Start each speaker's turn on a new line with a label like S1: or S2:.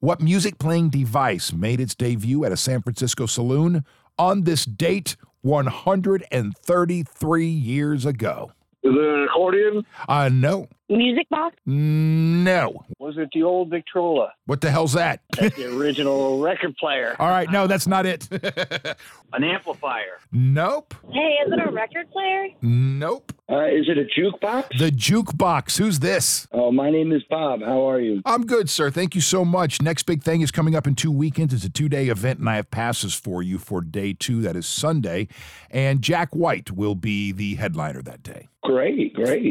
S1: What music playing device made its debut at a San Francisco saloon on this date 133 years ago?
S2: Is it an accordion?
S1: Uh, no.
S3: Music box?
S1: No.
S2: Was it the old Victrola?
S1: What the hell's that?
S2: That's the original record player.
S1: All right, no, that's not it.
S4: An amplifier.
S1: nope.
S3: Hey, is it a record player?
S1: Nope.
S5: Uh, is it a jukebox?
S1: The jukebox. Who's this?
S5: Oh, my name is Bob. How are you?
S1: I'm good, sir. Thank you so much. Next big thing is coming up in two weekends. It's a two day event, and I have passes for you for day two. That is Sunday. And Jack White will be the headliner that day.
S5: Great, great.